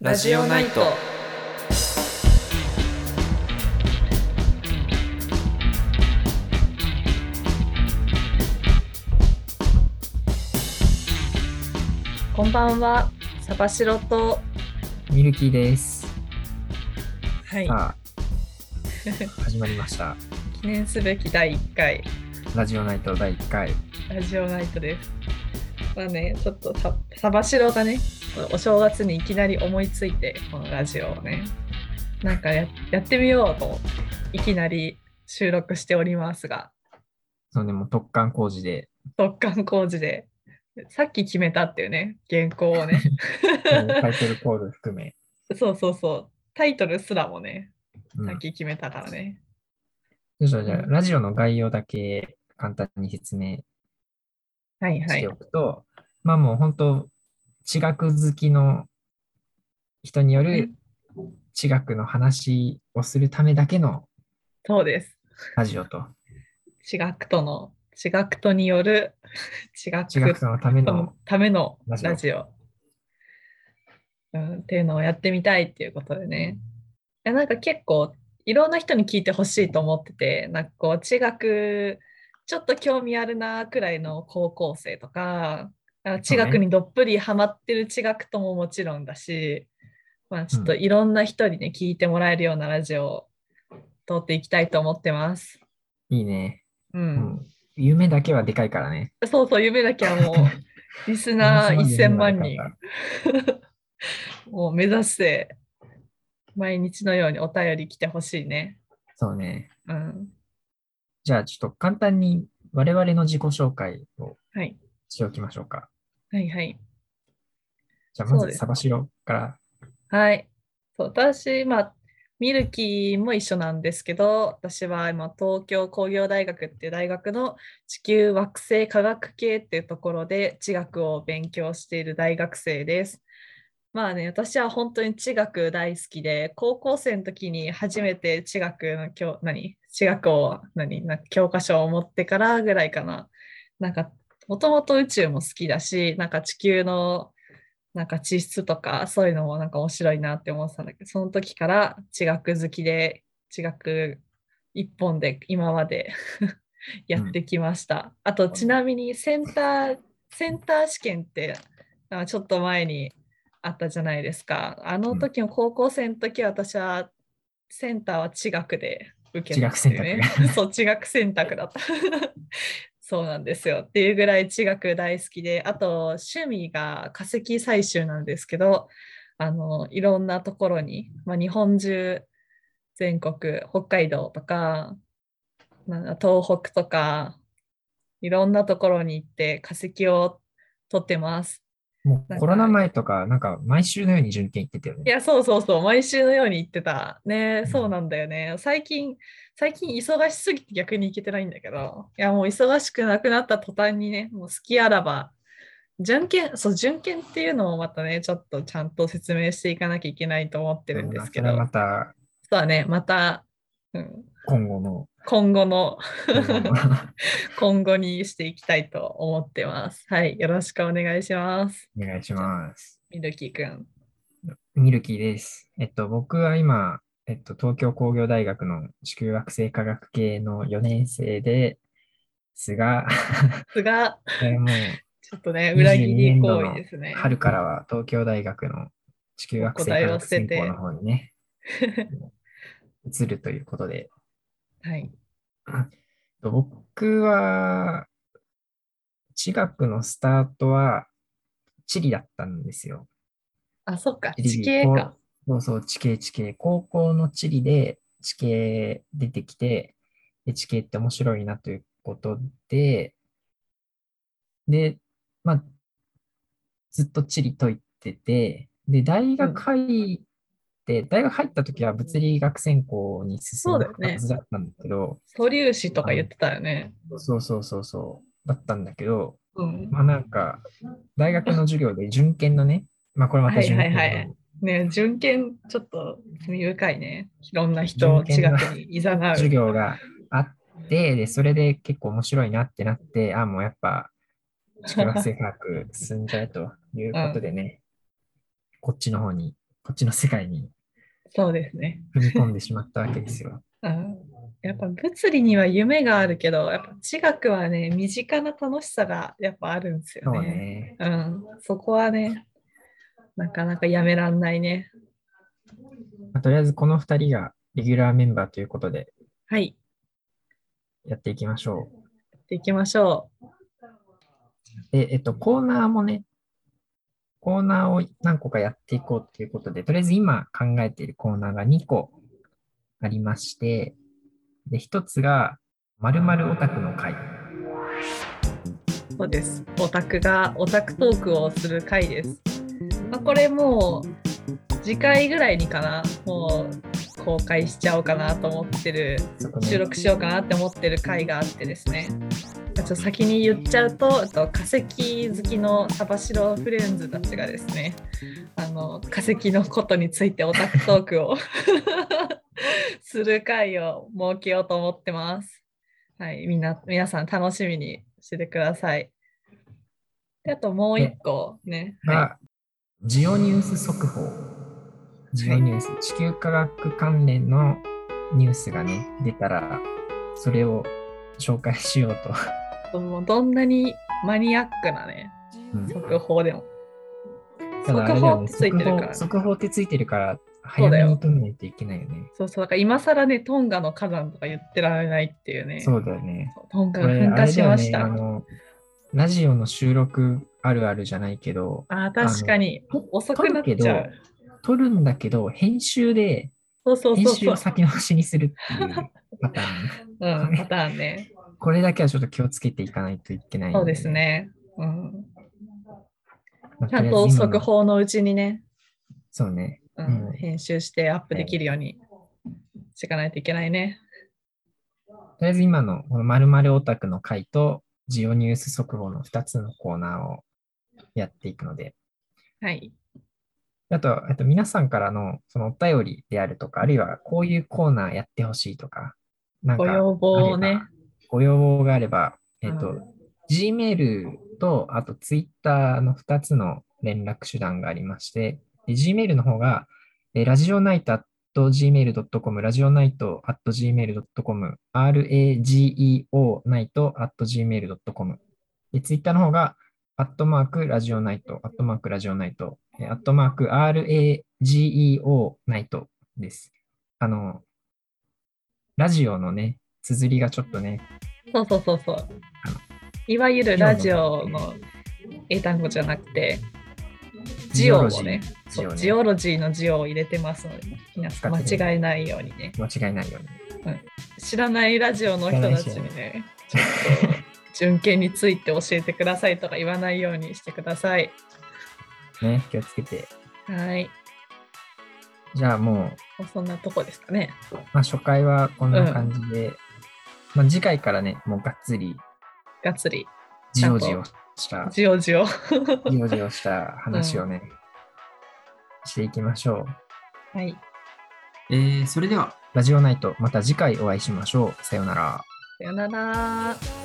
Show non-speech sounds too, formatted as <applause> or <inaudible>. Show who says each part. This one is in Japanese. Speaker 1: ラジオナイト。
Speaker 2: こんばんは、サバシロと。
Speaker 1: ミルキーです。
Speaker 2: はい、
Speaker 1: さあ、始まりました。
Speaker 2: 記念すべき第1回
Speaker 1: ラジオナイト第1回。
Speaker 2: ラジオナイトです。まあね、ちょっとササバシロがね、お正月にいきなり思いついて、このラジオをね、なんかややってみようと、いきなり収録しておりますが、
Speaker 1: そうね、もう特貫工事で、
Speaker 2: 突貫工事で、さっき決めたっていうね、原稿をね。
Speaker 1: もうタイトルコール含め、
Speaker 2: <laughs> そうそうそう、タイトルすらもね、
Speaker 1: うん
Speaker 2: さっき決めたからね。
Speaker 1: どうしようじゃあ、ラジオの概要だけ簡単に説明
Speaker 2: はいは
Speaker 1: し
Speaker 2: い
Speaker 1: て。おくと、まあもう本当、地学好きの人による地学の話をするためだけの
Speaker 2: そうです。
Speaker 1: ラジオと、
Speaker 2: 地学との、地学とによる <laughs> 地学
Speaker 1: 地学のための
Speaker 2: のための
Speaker 1: ラ
Speaker 2: ラ
Speaker 1: ジオ
Speaker 2: ジオうん。っていうのをやってみたいっていうことでね。いやなんか結構いろんな人に聞いてほしいと思ってて、なんかこう地学ちょっと興味あるなくらいの高校生とか、あ地学にどっぷりハマってる地学とももちろんだし、まあちょっといろんな人にね、聞いてもらえるようなラジオを撮っていきたいと思ってます。
Speaker 1: いいね。
Speaker 2: う
Speaker 1: うんん夢だけはでかいからね。
Speaker 2: そうそう、夢だけは <laughs> もう、リスナー1000万人、もう目指して、毎日のようにお便り来てほしいね。
Speaker 1: そうね。
Speaker 2: うん。
Speaker 1: じゃあちょっと簡単に我々の自己紹介を
Speaker 2: はい。
Speaker 1: しておきましょうか。
Speaker 2: はいはい。
Speaker 1: じゃあま
Speaker 2: そうで
Speaker 1: ず
Speaker 2: す
Speaker 1: サバシロから。
Speaker 2: はい。そう私、まあ、ミルキーも一緒なんですけど、私は今、東京工業大学っていう大学の地球惑星科学系っていうところで地学を勉強している大学生です。まあね、私は本当に地学大好きで、高校生の時に初めて地学の教、何地学を、何な教科書を持ってからぐらいかな。なんか、もともと宇宙も好きだし、なんか地球のなんか地質とかそういうのもなんか面白いなって思ってたんだけど、その時から地学好きで、地学一本で今まで <laughs> やってきました。あとちなみにセンター、センター試験ってあちょっと前にあったじゃないですか。あの時の高校生の時は私はセンターは地学で受けたっていうね
Speaker 1: 地学。
Speaker 2: <laughs> そう、地学選択だった。 <laughs> そうなんですよ。っていうぐらい地学大好きで、あと趣味が化石採集なんですけど、あのいろんなところに、まあ、日本中、全国、北海道とか、なんだ東北とか、いろんなところに行って化石を取ってます。
Speaker 1: もう
Speaker 2: なんか
Speaker 1: コロナ前とか、なんか毎週のように準研行ってたよ
Speaker 2: い
Speaker 1: ね。
Speaker 2: や、そうそうそう、毎週のように行ってた。
Speaker 1: ん
Speaker 2: ね、そうなんだよね。最近、最近忙しすぎて逆に行けてないんだけど、いや、もう忙しくなくなった途端にね、もう好きあらば、準検、そう、準検っていうのをまたね、ちょっとちゃんと説明していかなきゃいけないと思ってるんですけど、
Speaker 1: それはま
Speaker 2: そう
Speaker 1: た
Speaker 2: だね、また、うん、
Speaker 1: 今後の。
Speaker 2: 今後の、 <laughs>
Speaker 1: 今後の
Speaker 2: 今後にしていきたいと思ってます。はい、よろしくお願いします。
Speaker 1: お願いします。
Speaker 2: みるきくん。
Speaker 1: ミルキーです。えっと、僕は今、えっと、東京工業大学の地球惑星科学系の4年生で
Speaker 2: <laughs>
Speaker 1: すが、
Speaker 2: すが、
Speaker 1: えーもう
Speaker 2: ちょっとね、
Speaker 1: 22
Speaker 2: 裏切り
Speaker 1: 年度
Speaker 2: 行
Speaker 1: の
Speaker 2: 為ですね。
Speaker 1: 春からは東京大学の地球惑星科学専攻の方にね、移るということで、
Speaker 2: はい。
Speaker 1: 僕は、地学のスタートは、地理だったんですよ。
Speaker 2: あ、そっか。
Speaker 1: 地理
Speaker 2: 地形か。
Speaker 1: そうそう、地形地形。高校の地理で地形出てきて、で地形って面白いなということで、で、まあ、ずっと地理解いてて、で、大学入って、大学入った時は物理学専攻に進
Speaker 2: そ
Speaker 1: ん
Speaker 2: うだ
Speaker 1: だ
Speaker 2: よね
Speaker 1: はずだったんだけど、
Speaker 2: 素粒子とか言ってたよね。
Speaker 1: そうそうそうそう、だったんだけど、
Speaker 2: うん。
Speaker 1: まあなんか、大学の授業で準研のね、まあこれまた準研の、
Speaker 2: はいはいはいね純研、ちょっと罪深いね。いろんな人を
Speaker 1: 人
Speaker 2: 地
Speaker 1: 権が
Speaker 2: 学にいざなう。
Speaker 1: 授業があって、で、それで結構面白いなってなって、あ、もうやっぱ、地球学生科学進んじゃうということでね、こっちの方にこっちの世界に
Speaker 2: そうですね。
Speaker 1: 踏み込んでしまったわけですよ。
Speaker 2: うんやっぱ物理には夢があるけど、やっぱ地学はね、身近な楽しさがやっぱあるんですよ
Speaker 1: そう
Speaker 2: ね。
Speaker 1: ね。
Speaker 2: うん、そこはね、なかなかやめらんないね。
Speaker 1: まあとりあえずこの2人がレギュラーメンバーということで
Speaker 2: はい、
Speaker 1: やっていきましょ
Speaker 2: やっていきましょう。
Speaker 1: う。で、えっと、コーナーもね、コーナーを何個かやっていこうということで、とりあえず今考えているコーナーが2個ありまして、で、1つが、〇〇オタクの会。
Speaker 2: そうです。オタクがオタクトークをする回です。まあ、これもう次回ぐらいにかな、もう公開しちゃおうかなと思ってる
Speaker 1: そこね
Speaker 2: 収録しようかなって思ってる回があってですねちょっと先に言っちゃうとあと化石好きのサバシロフレンズたちがですねあの化石のことについてオタクトークを <laughs> する回を設けようと思ってます。はい、みんな皆さん楽しみにしててください。であともう一個ね、は
Speaker 1: が、ジオニュース速報。ジオニュース、地球科学関連のニュースがね、出たら、それを紹介しよう <laughs> と。
Speaker 2: い、もうどんなにマニアックなね
Speaker 1: うん
Speaker 2: 速報でも
Speaker 1: ただあれだよね
Speaker 2: 速報ってついてるから
Speaker 1: 速
Speaker 2: そう
Speaker 1: 報速報ってついてるから、早
Speaker 2: だ
Speaker 1: め
Speaker 2: よ
Speaker 1: に止めないといけないよね。
Speaker 2: そうそう、だから今更ね、トンガの火山とか言ってられないっていうね、
Speaker 1: そうだよね。
Speaker 2: トン
Speaker 1: こ
Speaker 2: ガが
Speaker 1: れ、
Speaker 2: 噴
Speaker 1: あ
Speaker 2: 火
Speaker 1: れ
Speaker 2: し
Speaker 1: だよ
Speaker 2: まし
Speaker 1: ね、
Speaker 2: た。
Speaker 1: あの、ラジオの収録あるあるじゃないけど、
Speaker 2: あー確かに
Speaker 1: あの、
Speaker 2: 遅くなっちゃう。
Speaker 1: 撮るんだけど、編集で、
Speaker 2: そうそう
Speaker 1: 編
Speaker 2: そう
Speaker 1: 集
Speaker 2: そ
Speaker 1: を
Speaker 2: う、
Speaker 1: 先延ばしにするっていうパターン。
Speaker 2: うん。パターンね。
Speaker 1: これだけはちょっと気をつけていかないといけない、
Speaker 2: そうです。ね。うん、
Speaker 1: まあ
Speaker 2: ちゃんと速。
Speaker 1: りあえず今の
Speaker 2: 報のうちにね、
Speaker 1: そうね。
Speaker 2: うん
Speaker 1: うん
Speaker 2: 編集してアップできるようにしていかないといけないね。
Speaker 1: とりあえず今のこの〇〇オタクの回とジオニュース速報の2つのコーナーをやっていくので、
Speaker 2: はい。
Speaker 1: あと、あと皆さんからのそのお便りであるとか、あるいはこういうコーナーやってほしいとか、なんか
Speaker 2: ご要望を
Speaker 1: あれ
Speaker 2: ね
Speaker 1: ば。ご要望があれば、えっ、と、
Speaker 2: う
Speaker 1: Gmail と、あと Twitter の2つの連絡手段がありまして、で Gmail の方が、えーラジオナイト gmail.com、ラジオナイト gmail.com、rageo ナイト gmail.com。で、Twitter の方が、アットマークラジオナイト、アットマークラジオナイト、えーアットマーク rageo ナイトです。あの、ラジオのね、綴りがちょっとね、
Speaker 2: そうそうそうそう。いわゆるラジオの英単語じゃなくて、ジオをね、
Speaker 1: ジ
Speaker 2: そ
Speaker 1: オ
Speaker 2: う
Speaker 1: ね
Speaker 2: ジオロジーのジオを入れてますので、皆さん間違えないようにね。
Speaker 1: 間違いないように。
Speaker 2: 知らないラジオの人たちにね、ちょっと純権について教えてくださいとか言わないようにしてください。
Speaker 1: ね、気をつけて。
Speaker 2: はい。
Speaker 1: じゃあも
Speaker 2: もうそんなとこですかね。
Speaker 1: う、まあ、初回はこんな感じで、まあ、次回からね、もうがっつり、
Speaker 2: がっつり、
Speaker 1: ジオジオした、
Speaker 2: ジオジオ。
Speaker 1: ジオジオした話をね、していきましょ
Speaker 2: はい。
Speaker 1: う。えー、それでは、ラジオナイト、また次回お会いしましょう。さようなら。
Speaker 2: さよなら。